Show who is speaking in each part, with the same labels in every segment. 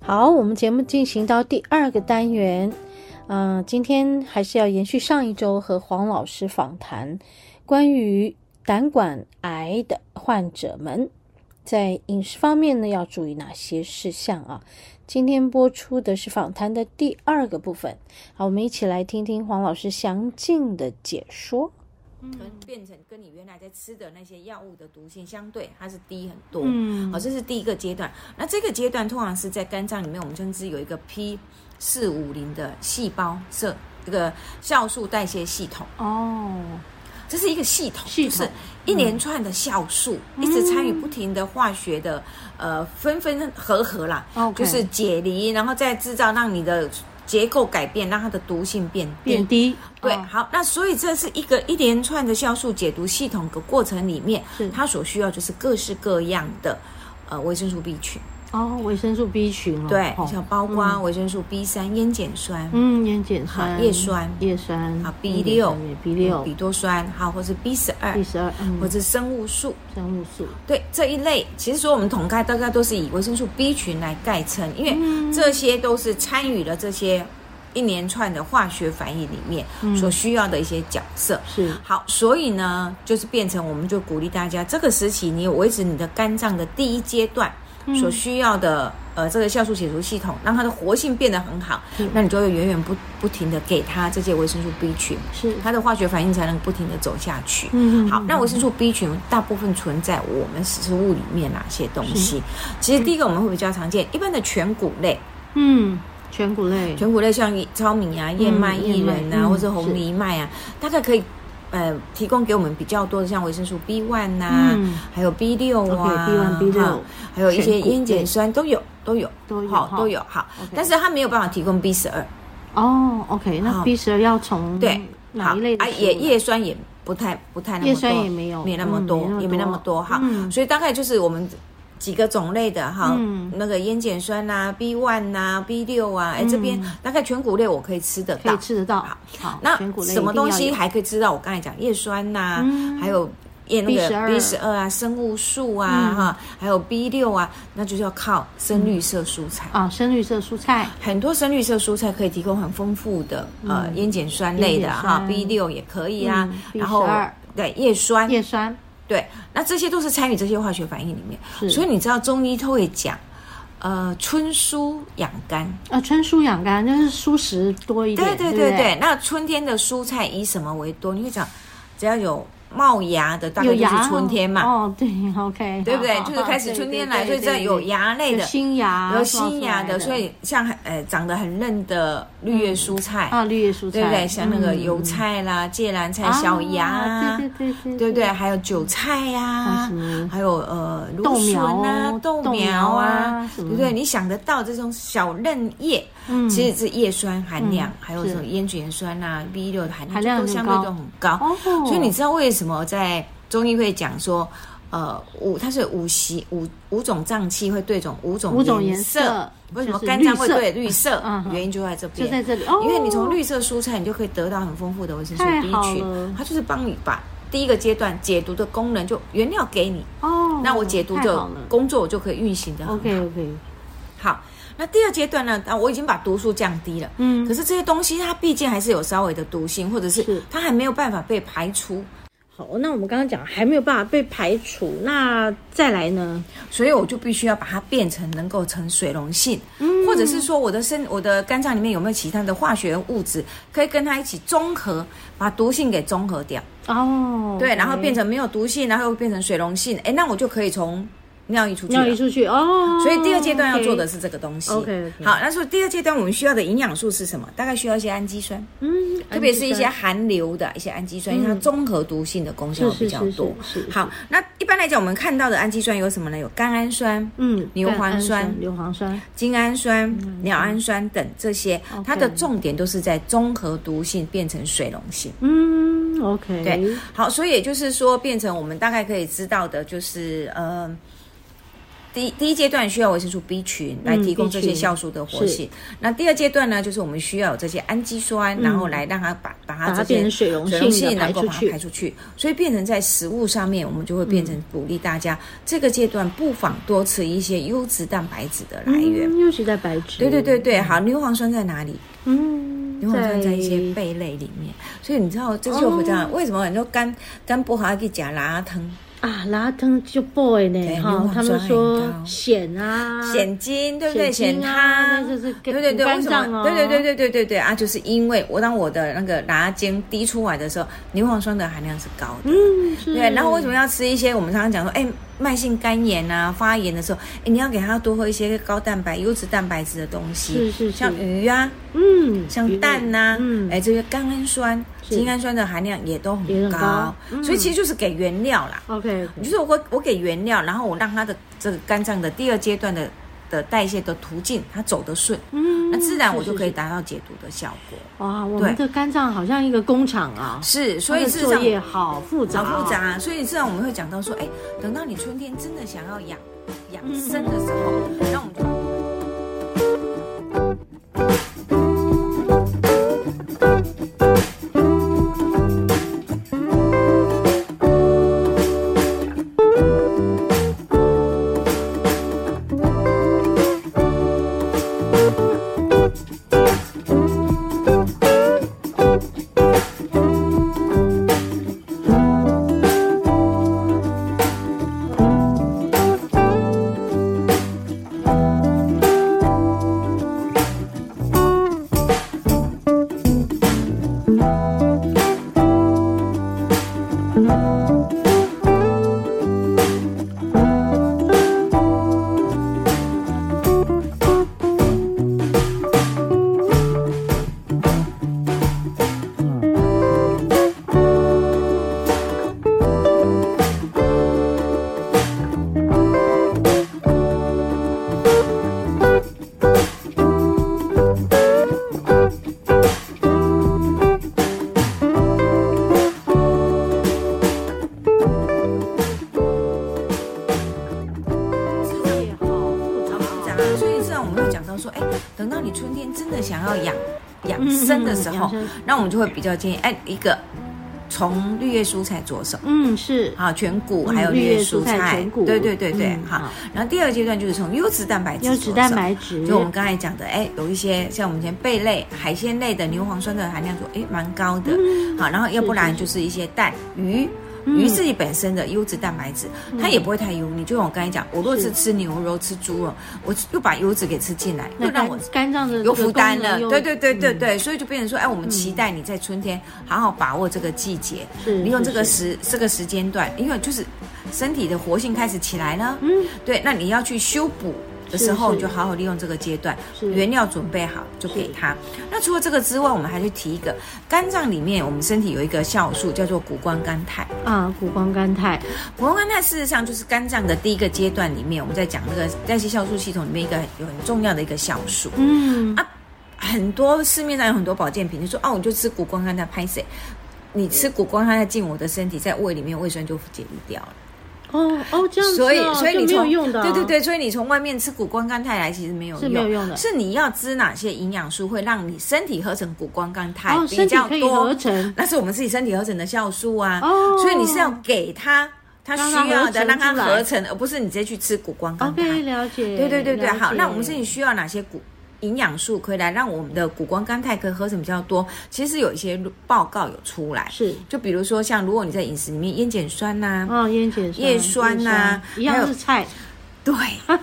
Speaker 1: 好，我们节目进行到第二个单元，嗯、今天还是要延续上一周和黄老师访谈关于胆管癌的患者们在饮食方面呢要注意哪些事项啊？今天播出的是访谈的第二个部分，好，我们一起来听听黄老师详尽的解说。
Speaker 2: 可能变成跟你原来在吃的那些药物的毒性相对，它是低很多。
Speaker 3: 嗯
Speaker 2: 好，这是第一个阶段。那这个阶段通常是在肝脏里面，我们称之有一个 P 四五零的细胞色这个酵素代谢系统，
Speaker 3: 哦，
Speaker 2: 这是一个系统，
Speaker 3: 系
Speaker 2: 就
Speaker 3: 统嗯
Speaker 2: 是一连串的酵素、一直参与不停的化学的呃分分合合啦
Speaker 3: OK
Speaker 2: 就是解离，然后再制造让你的结构改变，让它的毒性变低。
Speaker 3: 变低，
Speaker 2: 对，
Speaker 3: 哦
Speaker 2: 好，那所以这是一个一连串的酵素解毒系统的过程里面
Speaker 3: 是，
Speaker 2: 它所需要就是各式各样的呃维生素 B 群，
Speaker 3: 哦，维生素 B 群哦，
Speaker 2: 对，
Speaker 3: 哦
Speaker 2: 像包括维生素 B 三、烟碱酸、
Speaker 3: 嗯，烟碱酸、
Speaker 2: 好叶酸
Speaker 3: 叶酸、
Speaker 2: 好 B 六、嗯
Speaker 3: B 六、
Speaker 2: 比多酸，好，或是 B 十二
Speaker 3: B 十二，嗯
Speaker 2: 或，者生物素，
Speaker 3: 生物素，
Speaker 2: 对这一类，其实说我们统概大概都是以维生素 B 群来概称，因为这些都是参与了这些一连串的化学反应里面所需要的一些角色。
Speaker 3: 是
Speaker 2: 好，所以呢，就是变成我们就鼓励大家，这个时期你有维持你的肝脏的第一阶段所需要的、呃这个酵素解毒系统，让它的活性变得很好，那你就会源源不不停的给它这些维生素 B 群，
Speaker 3: 是，
Speaker 2: 它的化学反应才能不停的走下去。
Speaker 3: 嗯
Speaker 2: 好，那维生素 B 群大部分存在我们食物里面哪些东西？其实第一个我们会比较常见，一般的全谷类，
Speaker 3: 嗯，全谷类，
Speaker 2: 全谷类像糙米啊、燕麦、
Speaker 3: 嗯燕
Speaker 2: 薏
Speaker 3: 麦
Speaker 2: 仁啊，
Speaker 3: 嗯
Speaker 2: 或是红藜麦啊，大概可以呃提供给我们比较多的，像维生素 B one 呐
Speaker 3: 嗯，
Speaker 2: 还有 B 六啊
Speaker 3: OK，B1 B6
Speaker 2: 哈还有一些
Speaker 3: 全谷类
Speaker 2: 烟碱酸都有，都有，
Speaker 3: 都有
Speaker 2: 好
Speaker 3: 哈
Speaker 2: 都有好
Speaker 3: OK，
Speaker 2: 但是它没有办法提供 B 十二，
Speaker 3: 哦，OK，那
Speaker 2: 好
Speaker 3: B 十二要从
Speaker 2: 对，
Speaker 3: 哪一类的
Speaker 2: 好啊？
Speaker 3: 食物
Speaker 2: 也
Speaker 3: 来
Speaker 2: 叶酸也不太不太那么多，
Speaker 3: 叶酸也没有
Speaker 2: 没那么
Speaker 3: 嗯
Speaker 2: 多，
Speaker 3: 没那么
Speaker 2: 也没那
Speaker 3: 多
Speaker 2: 么多哈。
Speaker 3: 嗯
Speaker 2: 所以大概就是我们几个种类的哈，
Speaker 3: 嗯
Speaker 2: 那个烟碱酸呐、B one 呐、B 六啊，哎、这边大概全谷类我可以吃得
Speaker 3: 可
Speaker 2: 到
Speaker 3: 以。吃得到，好，
Speaker 2: 那
Speaker 3: 全谷类
Speaker 2: 什么东
Speaker 3: 一
Speaker 2: 西
Speaker 3: 定要有
Speaker 2: 还可以吃到？我刚才讲叶酸呐、
Speaker 3: 嗯
Speaker 2: 还有。叶那个 B 十
Speaker 3: B12
Speaker 2: 二啊，生物素啊，
Speaker 3: 嗯
Speaker 2: 哈、还有 B 六啊，那就是要靠深绿色蔬菜。
Speaker 3: 啊？深绿色蔬菜，
Speaker 2: 很多深绿色蔬菜可以提供很丰富的、呃烟碱酸类
Speaker 3: 嗯烟
Speaker 2: 的
Speaker 3: 碱
Speaker 2: 哈
Speaker 3: 酸
Speaker 2: ，B 六也可以啊，
Speaker 3: 嗯
Speaker 2: 然后
Speaker 3: B12
Speaker 2: 对叶酸，
Speaker 3: 叶酸
Speaker 2: 对，那这些都是参与这些化学反应里面。
Speaker 3: 是
Speaker 2: 所以你知道中医都会讲，呃，春蔬养肝，
Speaker 3: 啊，春蔬养肝，就是蔬食多一点，
Speaker 2: 对对
Speaker 3: 对
Speaker 2: 对
Speaker 3: 不
Speaker 2: 对。那春天的蔬菜以什么为多？你会讲，只要有冒芽的，大概
Speaker 3: 有
Speaker 2: 就
Speaker 3: 芽
Speaker 2: 是春天嘛。
Speaker 3: 哦，对，OK，
Speaker 2: 对不对
Speaker 3: 好？好
Speaker 2: 就是开始春天来，
Speaker 3: 对
Speaker 2: 所以
Speaker 3: 对
Speaker 2: 这有
Speaker 3: 对对
Speaker 2: 芽类
Speaker 3: 有
Speaker 2: 的，
Speaker 3: 新芽，
Speaker 2: 有新芽
Speaker 3: 冒出来
Speaker 2: 的，所以像呃长得很嫩的绿叶蔬菜，
Speaker 3: 啊，绿叶蔬菜，
Speaker 2: 对不对？像那个
Speaker 3: 嗯
Speaker 2: 油菜啦、芥蓝菜、
Speaker 3: 啊
Speaker 2: 小芽啊，
Speaker 3: 对对对
Speaker 2: 对不对？还有韭菜呀、
Speaker 3: 啊什么
Speaker 2: 还有呃芦
Speaker 3: 豆
Speaker 2: 笋
Speaker 3: 苗哦
Speaker 2: 啊、豆
Speaker 3: 豆
Speaker 2: 苗
Speaker 3: 苗
Speaker 2: 啊
Speaker 3: 啊，什
Speaker 2: 对
Speaker 3: 么
Speaker 2: 不对？你想得到这种小嫩叶，
Speaker 3: 嗯
Speaker 2: 其实是叶酸含量，还有
Speaker 3: 是
Speaker 2: 这种烟碱酸啊、B 六的含
Speaker 3: 含
Speaker 2: 量
Speaker 3: 量
Speaker 2: 就都
Speaker 3: 很
Speaker 2: 相对
Speaker 3: 高
Speaker 2: 都很高。
Speaker 3: 哦
Speaker 2: 所以你知道为什么在中医会讲说？呃，五它是五行五五种脏器会对种五种
Speaker 3: 五种
Speaker 2: 颜
Speaker 3: 颜色
Speaker 2: 为什
Speaker 3: 就
Speaker 2: 么
Speaker 3: 是
Speaker 2: 肝脏
Speaker 3: 绿
Speaker 2: 会
Speaker 3: 色
Speaker 2: 对绿色？
Speaker 3: 嗯哼
Speaker 2: 原因就在这边，
Speaker 3: 就在这里哦
Speaker 2: 因为你从绿色蔬菜，你就可以得到很丰富的维生素
Speaker 3: 太
Speaker 2: B
Speaker 3: 好了
Speaker 2: 群，它就是帮你把第一个阶段解毒的功能就原料给你，
Speaker 3: 哦，
Speaker 2: 那我解毒
Speaker 3: 太
Speaker 2: 就
Speaker 3: 好了
Speaker 2: 工作我就可以运行的很好。
Speaker 3: OK OK，
Speaker 2: 好，那第二阶段呢？啊，我已经把毒素降低了，
Speaker 3: 嗯
Speaker 2: 可是这些东西它毕竟还是有稍微的毒性，或者
Speaker 3: 是
Speaker 2: 是它还没有办法被排除，
Speaker 3: 好，那我们刚刚讲还没有办法被排除，那再来呢？
Speaker 2: 所以我就必须要把它变成能够成水溶性，
Speaker 3: 嗯
Speaker 2: 或者是说我的身我的肝脏里面有没有其他的化学物质可以跟它一起中和，把毒性给中和掉，
Speaker 3: 哦，
Speaker 2: 对，
Speaker 3: OK
Speaker 2: 然后变成没有毒性，然后又变成水溶性，哎，那我就可以从尿液出去
Speaker 3: 尿移
Speaker 2: 了。
Speaker 3: 出去哦，
Speaker 2: 所以第二阶段要做的
Speaker 3: OK，
Speaker 2: 是这个东西。
Speaker 3: OK，OK
Speaker 2: 好，那所以第二阶段我们需要的营养素是什么？大概需要一些氨基酸。
Speaker 3: 嗯，
Speaker 2: 特别是一些
Speaker 3: 氨基
Speaker 2: 含硫的一些氨基酸，因为它综合毒性的功效
Speaker 3: 是
Speaker 2: 比较多。
Speaker 3: 是是是是
Speaker 2: 好，那一般来讲，我们看到的氨基酸有什么呢？有甘氨酸、
Speaker 3: 嗯，
Speaker 2: 硫磺
Speaker 3: 甘氨
Speaker 2: 酸
Speaker 3: 硫磺酸，
Speaker 2: 精氨酸、鸟氨酸等这些，
Speaker 3: OK
Speaker 2: 它的重点都是在综合毒性变成水溶性。
Speaker 3: 嗯，OK，
Speaker 2: 对，好，所以也就是说，变成我们大概可以知道的就是，呃，第一第一阶段需要维生素 B 群来提供
Speaker 3: 嗯 B
Speaker 2: 这
Speaker 3: 群
Speaker 2: 些酵素的活性。那第二阶段呢，就是我们需要有这些氨基酸，然后来让它把把它
Speaker 3: 嗯把
Speaker 2: 这
Speaker 3: 它
Speaker 2: 些
Speaker 3: 变成水溶
Speaker 2: 水溶
Speaker 3: 性
Speaker 2: 性
Speaker 3: 的排
Speaker 2: 能够
Speaker 3: 出
Speaker 2: 把它
Speaker 3: 去
Speaker 2: 排。出去。所以变成在食物上面，我们就会变成鼓励大家这个阶段不妨多吃一些优质蛋白质的来源。
Speaker 3: 嗯，又嗯是在白质。
Speaker 2: 对对对，对，好，牛磺酸在哪里？
Speaker 3: 嗯，
Speaker 2: 牛磺酸在一些贝类里面，所以你知道这就回答、为什么很多干干薄荷还可以加拉汤、
Speaker 3: 啊，拉汤就 boy
Speaker 2: 对
Speaker 3: 呢，哈
Speaker 2: 牛，磺
Speaker 3: 他们
Speaker 2: 酸很
Speaker 3: 说
Speaker 2: 高
Speaker 3: 咸啊，
Speaker 2: 显金，对不对？
Speaker 3: 鲜
Speaker 2: 显
Speaker 3: 精
Speaker 2: 汤、
Speaker 3: 啊，那就是
Speaker 2: 对对
Speaker 3: 补
Speaker 2: 对，为
Speaker 3: 肝
Speaker 2: 什
Speaker 3: 脏哦，
Speaker 2: 么？对对对对对对对啊！就是因为我当我的那个拉尖滴出来的时候，牛磺酸的含量是高的。
Speaker 3: 嗯，是
Speaker 2: 对，然后为什么要吃一些？我们常常讲说，哎，慢性肝炎啊、发炎的时候，哎，你要给他多喝一些高蛋白、优质蛋白质的东
Speaker 3: 是
Speaker 2: 西，
Speaker 3: 是是
Speaker 2: 像鱼啊、
Speaker 3: 嗯，
Speaker 2: 像蛋呐、
Speaker 3: 嗯
Speaker 2: 哎，这些甘氨酸、
Speaker 3: 是
Speaker 2: 精氨酸的含量也都很
Speaker 3: 也很
Speaker 2: 高，
Speaker 3: 高嗯
Speaker 2: 所以其实就是给原料啦。
Speaker 3: ，OK，
Speaker 2: 就是我我给原料，然后我让它的这个肝脏的第二阶段的的代谢的途径，它走得顺，
Speaker 3: 嗯，
Speaker 2: 那自然我
Speaker 3: 是
Speaker 2: 就可以。
Speaker 3: 是
Speaker 2: 达到解毒的效果。
Speaker 3: 是哇，我们的肝脏好像一个工厂啊，
Speaker 2: 是，所以
Speaker 3: 它的
Speaker 2: 事实
Speaker 3: 作
Speaker 2: 上
Speaker 3: 业啊好复杂，
Speaker 2: 好复。杂、所以事实上我们会讲到说，哎，等到你春天真的想要养养
Speaker 3: 嗯
Speaker 2: 生的时候，那我们就。
Speaker 3: 作业好复
Speaker 2: 好复
Speaker 3: 杂
Speaker 2: 杂
Speaker 3: 哦。，
Speaker 2: 所以事实上我们会讲到说，哎，等到你春天真的想要养养生的时候
Speaker 3: 嗯嗯养生，
Speaker 2: 那我们就会比较建议，哎，一个从绿叶蔬菜着手。
Speaker 3: 嗯，是
Speaker 2: 好，全谷
Speaker 3: 嗯
Speaker 2: 还有
Speaker 3: 绿
Speaker 2: 绿
Speaker 3: 叶
Speaker 2: 叶
Speaker 3: 蔬
Speaker 2: 蔬
Speaker 3: 菜
Speaker 2: 菜，
Speaker 3: 全谷
Speaker 2: 对对对对，
Speaker 3: 嗯好
Speaker 2: 好。然后第二阶段就是从优质蛋白质，
Speaker 3: 优质蛋，白质，
Speaker 2: 就我们刚才讲的，哎，有一些像我们以前贝类、海鲜类的牛磺酸的含量就哎蛮高的，
Speaker 3: 嗯
Speaker 2: 好，然后要不然就是一些蛋、鱼。鱼自己本身的优质蛋白质，它也不会太油腻。就像我刚才讲，我若
Speaker 3: 嗯是
Speaker 2: 是吃牛肉、吃猪肉，我又把油脂给吃进来，
Speaker 3: 那
Speaker 2: 又让
Speaker 3: 肝
Speaker 2: 我
Speaker 3: 肝脏的这
Speaker 2: 有
Speaker 3: 个
Speaker 2: 负担
Speaker 3: 功能
Speaker 2: 了。
Speaker 3: 又嗯
Speaker 2: 对对对对对，所以就变成说，哎，我们期待你在春天好好把握这个季节，
Speaker 3: 是
Speaker 2: 利用这个
Speaker 3: 嗯是
Speaker 2: 时这个时间段，因为就是身体的活性开始起来了，
Speaker 3: 嗯，
Speaker 2: 对，那你要去修补。的时
Speaker 3: 是
Speaker 2: 候
Speaker 3: 是
Speaker 2: 你就好好利用这个阶段，
Speaker 3: 是
Speaker 2: 原料准备好就给它。那除了这个之外，我们还去提一个肝脏里面，我们身体有一个酵素叫做谷胱甘肽。
Speaker 3: 啊，谷胱甘肽，
Speaker 2: 谷胱甘肽事实上就是肝脏的第一个阶段里面，我们在讲这个代谢酵素系统里面一个很有很重要的一个酵素。
Speaker 3: 嗯，
Speaker 2: 啊，很多市面上有很多保健品，你说哦，我就吃谷胱甘肽拍谁？你吃谷胱甘肽进我的身体，在胃里面胃酸就解离掉了，
Speaker 3: 哦哦，这样子哦
Speaker 2: 所以所
Speaker 3: 就
Speaker 2: 以你
Speaker 3: 没有
Speaker 2: 从
Speaker 3: 用的啊，
Speaker 2: 对对对，所以你从外面吃谷胱甘肽来其实没有
Speaker 3: 是没有用的
Speaker 2: 是你要吃哪些营养素会让你身体合成谷胱甘肽
Speaker 3: 哦，
Speaker 2: 比
Speaker 3: 身体
Speaker 2: 较
Speaker 3: 可以合
Speaker 2: 多？
Speaker 3: 成，
Speaker 2: 那是我们自己身体合成的酵素啊，
Speaker 3: 哦
Speaker 2: 所以你是要给它它
Speaker 3: 让
Speaker 2: 需
Speaker 3: 它
Speaker 2: 要的，
Speaker 3: 合成
Speaker 2: 让它
Speaker 3: 出来
Speaker 2: 合成，而不是你直接去吃谷
Speaker 1: 哦
Speaker 2: 胱甘肽。
Speaker 3: OK，了解。
Speaker 2: 对对对对，
Speaker 3: 了解
Speaker 2: 好，那我们身体需要哪些谷营养素可以来让我们的谷胱甘肽可以合成比较多？其实有一些报告有出来，
Speaker 3: 是
Speaker 2: 就比如说像如果你在饮食里面烟碱酸呐、
Speaker 1: 哦
Speaker 3: 啊，烟碱酸、
Speaker 2: 叶酸呐
Speaker 3: 叶酸一样
Speaker 2: 还
Speaker 3: 是
Speaker 2: 有
Speaker 3: 菜，
Speaker 2: 对，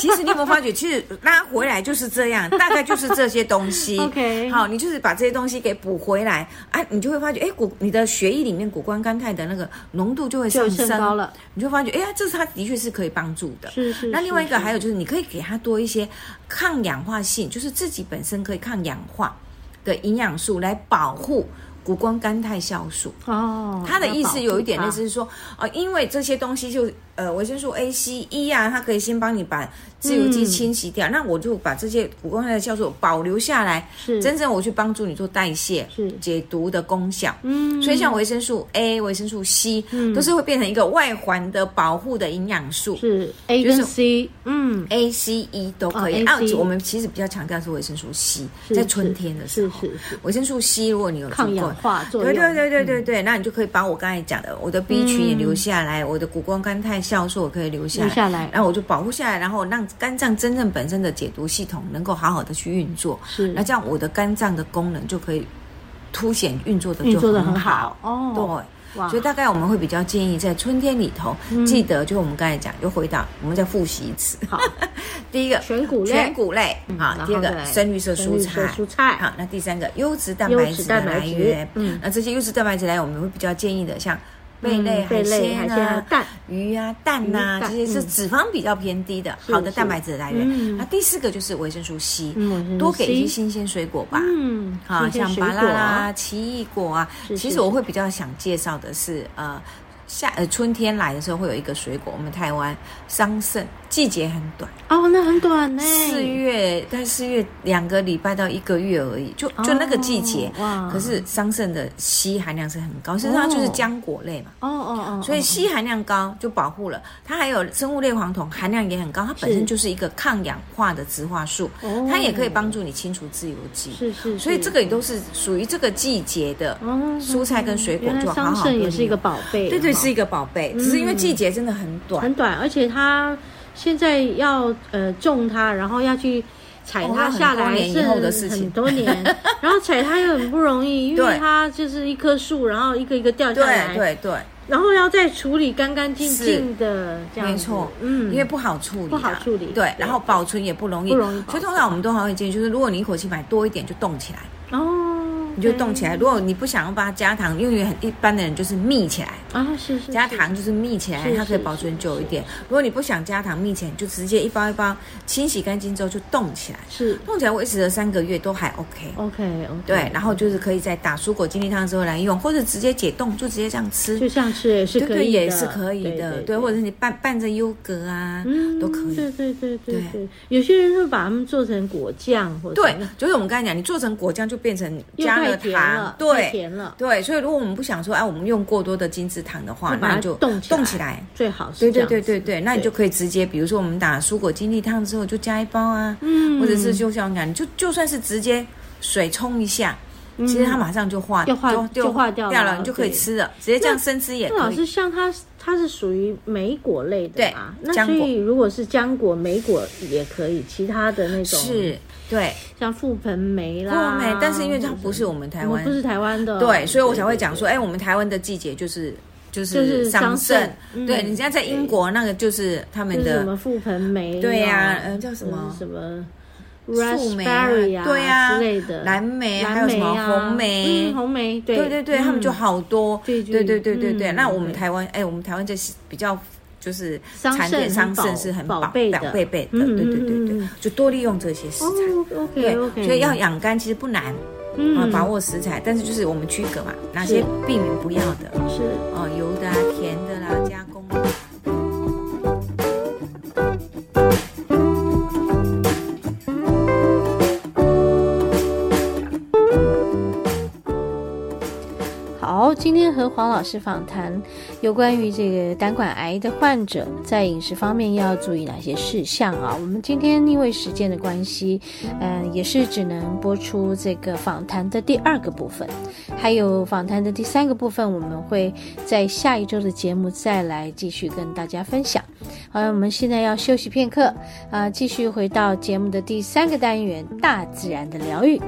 Speaker 2: 其实你有没有发觉，其实拉回来就是这样，大概就是这些东西。
Speaker 3: OK
Speaker 2: 好，你就是把这些东西给补回来啊，你就会发觉，哎，谷你的血液里面谷胱甘肽的那个浓度就会上
Speaker 3: 就
Speaker 2: 升
Speaker 3: 升高了，
Speaker 2: 你就发觉，哎呀，这是它的确是可以帮助的。
Speaker 3: 是是。
Speaker 2: 那另外一个还
Speaker 3: 有
Speaker 2: 有就是，你可以给它多一些抗氧化性，就是自己本身可以抗氧化的营养素来保护谷胱甘肽酵素。
Speaker 3: 哦，
Speaker 2: 它的意思有一点
Speaker 3: 那
Speaker 2: 类似是说，呃，因为这些东西就呃维生素 A、C、E 啊，它可以先帮你把自由基清洗掉。那我就把这些谷胱菜的酵素保留下来，
Speaker 1: 是
Speaker 2: 真正我去帮助你做代谢、
Speaker 1: 是
Speaker 2: 解毒的功效。
Speaker 1: 嗯
Speaker 2: 所以像维生素 A、维生素 C，、都是会变成一个外环的保护的营养素。
Speaker 1: 是 A
Speaker 2: 就是
Speaker 1: 跟 C，嗯，
Speaker 2: A、C、E 都可以。
Speaker 1: 哦，A
Speaker 2: 啊
Speaker 1: C，
Speaker 2: 我们其实比较强调是维生素 C，
Speaker 1: 是
Speaker 2: 在春天的时
Speaker 1: 是
Speaker 2: 候，
Speaker 1: 是是
Speaker 2: 维生素 C 如果你有
Speaker 1: 抗
Speaker 2: 足够
Speaker 1: 氧化作用，嗯
Speaker 2: 对对对对对对，那你就可以把我刚才讲的，我的 B 群也留下来，我的谷胱甘肽酵素我可以留下
Speaker 1: 留
Speaker 2: 来，
Speaker 1: 下来
Speaker 2: 然后我就保护下来，然后让肝脏真正本身的解毒系统能够好好的去运作，
Speaker 1: 是
Speaker 2: 那这样我的肝脏的功能就可以凸显运作的
Speaker 1: 运
Speaker 2: 就
Speaker 1: 作的
Speaker 2: 很
Speaker 1: 很好哦，
Speaker 2: 对。
Speaker 1: 哇嗯
Speaker 2: 所以大概我们会比较建议在春天里头，记得就我们刚才讲，又回到我们再复习一次。
Speaker 1: 好，
Speaker 2: 第一个
Speaker 1: 全谷类
Speaker 2: 全谷类啊
Speaker 1: 然，后
Speaker 2: 第二
Speaker 1: 再
Speaker 2: 个
Speaker 1: 来
Speaker 2: 深绿色
Speaker 3: 深
Speaker 2: 蔬
Speaker 3: 绿
Speaker 2: 菜啊
Speaker 3: 色，蔬菜
Speaker 2: 好，那第三个优质蛋白质的
Speaker 3: 优质
Speaker 2: 来
Speaker 3: 蛋白
Speaker 2: 源
Speaker 3: 质，嗯
Speaker 2: 那这些优质蛋白质来源我们会比较建议的，像贝类、
Speaker 1: 嗯
Speaker 3: 贝类、海
Speaker 2: 海鲜
Speaker 3: 鲜
Speaker 2: 啊
Speaker 3: 啊、、蛋，
Speaker 2: 鱼啊、蛋呐、
Speaker 3: 鱼
Speaker 2: 这
Speaker 3: 蛋
Speaker 2: 些是脂肪比较偏低的好的蛋白质的来源。
Speaker 1: 嗯
Speaker 2: 那第四个就是维生素 C，
Speaker 1: 嗯
Speaker 2: 啊多给一些
Speaker 1: 些
Speaker 2: 新鲜水果吧。
Speaker 1: 嗯，
Speaker 2: 啊，
Speaker 1: 新鲜
Speaker 2: 像
Speaker 1: 水
Speaker 2: 芭
Speaker 1: 果
Speaker 2: 乐啊、奇异果啊，
Speaker 1: 是
Speaker 2: 其
Speaker 1: 是
Speaker 2: 实我
Speaker 1: 是
Speaker 2: 会比较想介绍的是，呃，夏呃春天来的时候会有一个水果，我们台湾桑葚，季节很短，
Speaker 1: 哦，那很短呢，
Speaker 2: 四月在四月两个礼拜到一个月而已，就就那个季节。
Speaker 1: 哦哇，
Speaker 2: 可是桑葚的硒含量是很高，事实际上它就是
Speaker 1: 哦
Speaker 2: 浆果类嘛，
Speaker 1: 哦哦哦，
Speaker 2: 所以硒含量高就保护了。它还有生物类黄酮含量也很高，它本
Speaker 1: 是
Speaker 2: 身就是一个抗氧化的植化素，
Speaker 1: 哦
Speaker 2: 它也可以帮助你清除自由基。
Speaker 1: 是是，
Speaker 2: 所以
Speaker 1: 是
Speaker 2: 这个也都是属于这个季节的
Speaker 1: 哦
Speaker 2: 蔬菜跟水果
Speaker 1: 原，来
Speaker 2: 就好
Speaker 1: 桑
Speaker 2: 好
Speaker 1: 葚
Speaker 2: 地
Speaker 1: 也是一个
Speaker 2: 利
Speaker 1: 宝贝，
Speaker 2: 用对对，
Speaker 1: 哈
Speaker 2: 是一个宝贝，只是因为季节真的很短
Speaker 1: 嗯很，短，而且它现在要呃种它，然后要去采
Speaker 2: 哦那
Speaker 1: 它
Speaker 2: 很
Speaker 1: 下
Speaker 2: 多
Speaker 1: 来
Speaker 2: 年以
Speaker 1: 是
Speaker 2: 后的事情
Speaker 1: 很多 年，然后采它也很不容易，因
Speaker 2: 对
Speaker 1: 为它就是一棵树，然后一个一个掉下来，
Speaker 2: 对对对，
Speaker 1: 然后要再处理干干净净的，这样子
Speaker 2: 没错
Speaker 1: 嗯，
Speaker 2: 因为不好处理啊，
Speaker 1: 不好处理
Speaker 2: 对
Speaker 1: 对，
Speaker 2: 然后保存也不容易，
Speaker 1: 不容易保
Speaker 2: 所以通常我们都还会建议，就是如果你一口气买多一点，就冻起来，
Speaker 1: 哦，
Speaker 2: 你就冻起来。如果你不想要把它加糖，因为很一般的人就是密起来。
Speaker 1: 对啊，是是
Speaker 2: 加
Speaker 1: 是
Speaker 2: 糖就是密起来，
Speaker 1: 是
Speaker 2: 它可以
Speaker 1: 是
Speaker 2: 保存
Speaker 1: 是
Speaker 2: 久一点。如果你不想加糖密起来，你就直接一包一包清洗干净之后就冻起来，
Speaker 1: 是
Speaker 2: 冻起来维持了三个月都还 OK。
Speaker 1: OK OK，
Speaker 2: 对，然后就是可以在打蔬果精力汤的时候来用，或者直接解冻就直接这样吃，
Speaker 1: 就像吃也是
Speaker 2: 对
Speaker 1: 可以的，
Speaker 2: 对也是可以的，
Speaker 1: 对
Speaker 2: 或者是你拌拌着优格啊，
Speaker 1: 嗯
Speaker 2: 都可以。
Speaker 1: 对对对对
Speaker 2: 对
Speaker 1: 对，有些人会把它们做成果酱或者
Speaker 2: 对
Speaker 1: 什么，
Speaker 2: 就是我们刚才讲，你做成果酱就变成
Speaker 1: 又
Speaker 2: 加
Speaker 1: 太
Speaker 2: 了
Speaker 1: 甜
Speaker 2: 糖，
Speaker 1: 了太
Speaker 2: 对
Speaker 1: 甜了，
Speaker 2: 对，所以如果我们不想说，哎、我们用过多的精制糖的话，
Speaker 1: 就把它
Speaker 2: 那你就
Speaker 1: 冻起来
Speaker 2: 冻起来。
Speaker 1: 最好
Speaker 2: 对
Speaker 1: 是这
Speaker 2: 对
Speaker 1: 样
Speaker 2: 对
Speaker 1: 子。
Speaker 2: 对对，那你就可以直接，比如说我们打蔬果精力汤之后就加一包啊，嗯，或者是就像我讲，你就就算是直接水冲一下，其实它马上就化
Speaker 1: 嗯就化就化
Speaker 2: 掉
Speaker 1: 掉
Speaker 2: 了，
Speaker 1: 了
Speaker 2: 你就可以
Speaker 1: 对
Speaker 2: 吃了，直接这样生吃也
Speaker 1: 那老
Speaker 2: 可以
Speaker 1: 师，。像它它是属于莓果类的嘛？
Speaker 2: 对
Speaker 1: 那
Speaker 2: 浆
Speaker 1: 所
Speaker 2: 果
Speaker 1: 以如果是浆果、莓果也可以，其他的那种
Speaker 2: 是，对，
Speaker 1: 像覆盆梅
Speaker 2: 不
Speaker 1: 啦，
Speaker 2: 美，但是因为它
Speaker 1: 或者
Speaker 2: 不是我们台
Speaker 1: 我
Speaker 2: 湾
Speaker 1: 们，不是台湾的，
Speaker 2: 对，所以我才会讲
Speaker 1: 对
Speaker 2: 说，哎，我们台湾的季节就是就
Speaker 1: 就是是
Speaker 2: 桑
Speaker 1: 桑
Speaker 2: 葚
Speaker 1: 葚，嗯
Speaker 2: 对，你像在英国那个就是他
Speaker 1: 对
Speaker 2: 们
Speaker 1: 就是什
Speaker 2: 的
Speaker 1: 么覆盆梅，啊嗯
Speaker 2: 对呀
Speaker 1: 然后
Speaker 2: 呃叫什么
Speaker 1: 就是什么
Speaker 2: 树莓
Speaker 1: raspberry 啊，
Speaker 2: 对呀
Speaker 1: 之类的，
Speaker 2: 蓝莓，还有
Speaker 1: 蓝
Speaker 2: 什
Speaker 1: 莓
Speaker 2: 么
Speaker 1: 啊，
Speaker 2: 红莓
Speaker 1: 嗯，，红莓，对
Speaker 2: 对对对，他们就
Speaker 1: 嗯
Speaker 2: 好多，
Speaker 1: 对
Speaker 2: 对
Speaker 1: 对
Speaker 2: 对对对对。
Speaker 1: 嗯
Speaker 2: 那我们
Speaker 1: 对
Speaker 2: 台湾，哎，我们台湾这些比较就是
Speaker 1: 桑
Speaker 2: 产
Speaker 1: 葚
Speaker 2: 业
Speaker 1: 很
Speaker 2: 桑
Speaker 1: 宝
Speaker 2: 葚是很
Speaker 1: 宝
Speaker 2: 宝
Speaker 1: 贝的
Speaker 2: 宝贝贝的，
Speaker 1: 嗯
Speaker 2: 对对
Speaker 1: 嗯
Speaker 2: 对
Speaker 1: 嗯
Speaker 2: 对
Speaker 1: 嗯，
Speaker 2: 就多利用这些食材。
Speaker 1: 哦
Speaker 2: 对
Speaker 1: ，OK OK，
Speaker 2: 所以要养肝其实不难，啊，
Speaker 1: 嗯
Speaker 2: 把握食材，但是就是我们区隔嘛，哪些避免不要的，
Speaker 1: 是。
Speaker 2: 哦，油的啊、甜的啦、加工啊。
Speaker 1: 好，今天和黄老师访谈有关于这个胆管癌的患者在饮食方面要注意哪些事项啊？我们今天因为时间的关系，嗯、也是只能播出这个访谈的第二个部分，还有访谈的第三个部分，我们会在下一周的节目再来继续跟大家分享。好，我们现在要休息片刻啊、继续回到节目的第三个单元——大自然的疗愈。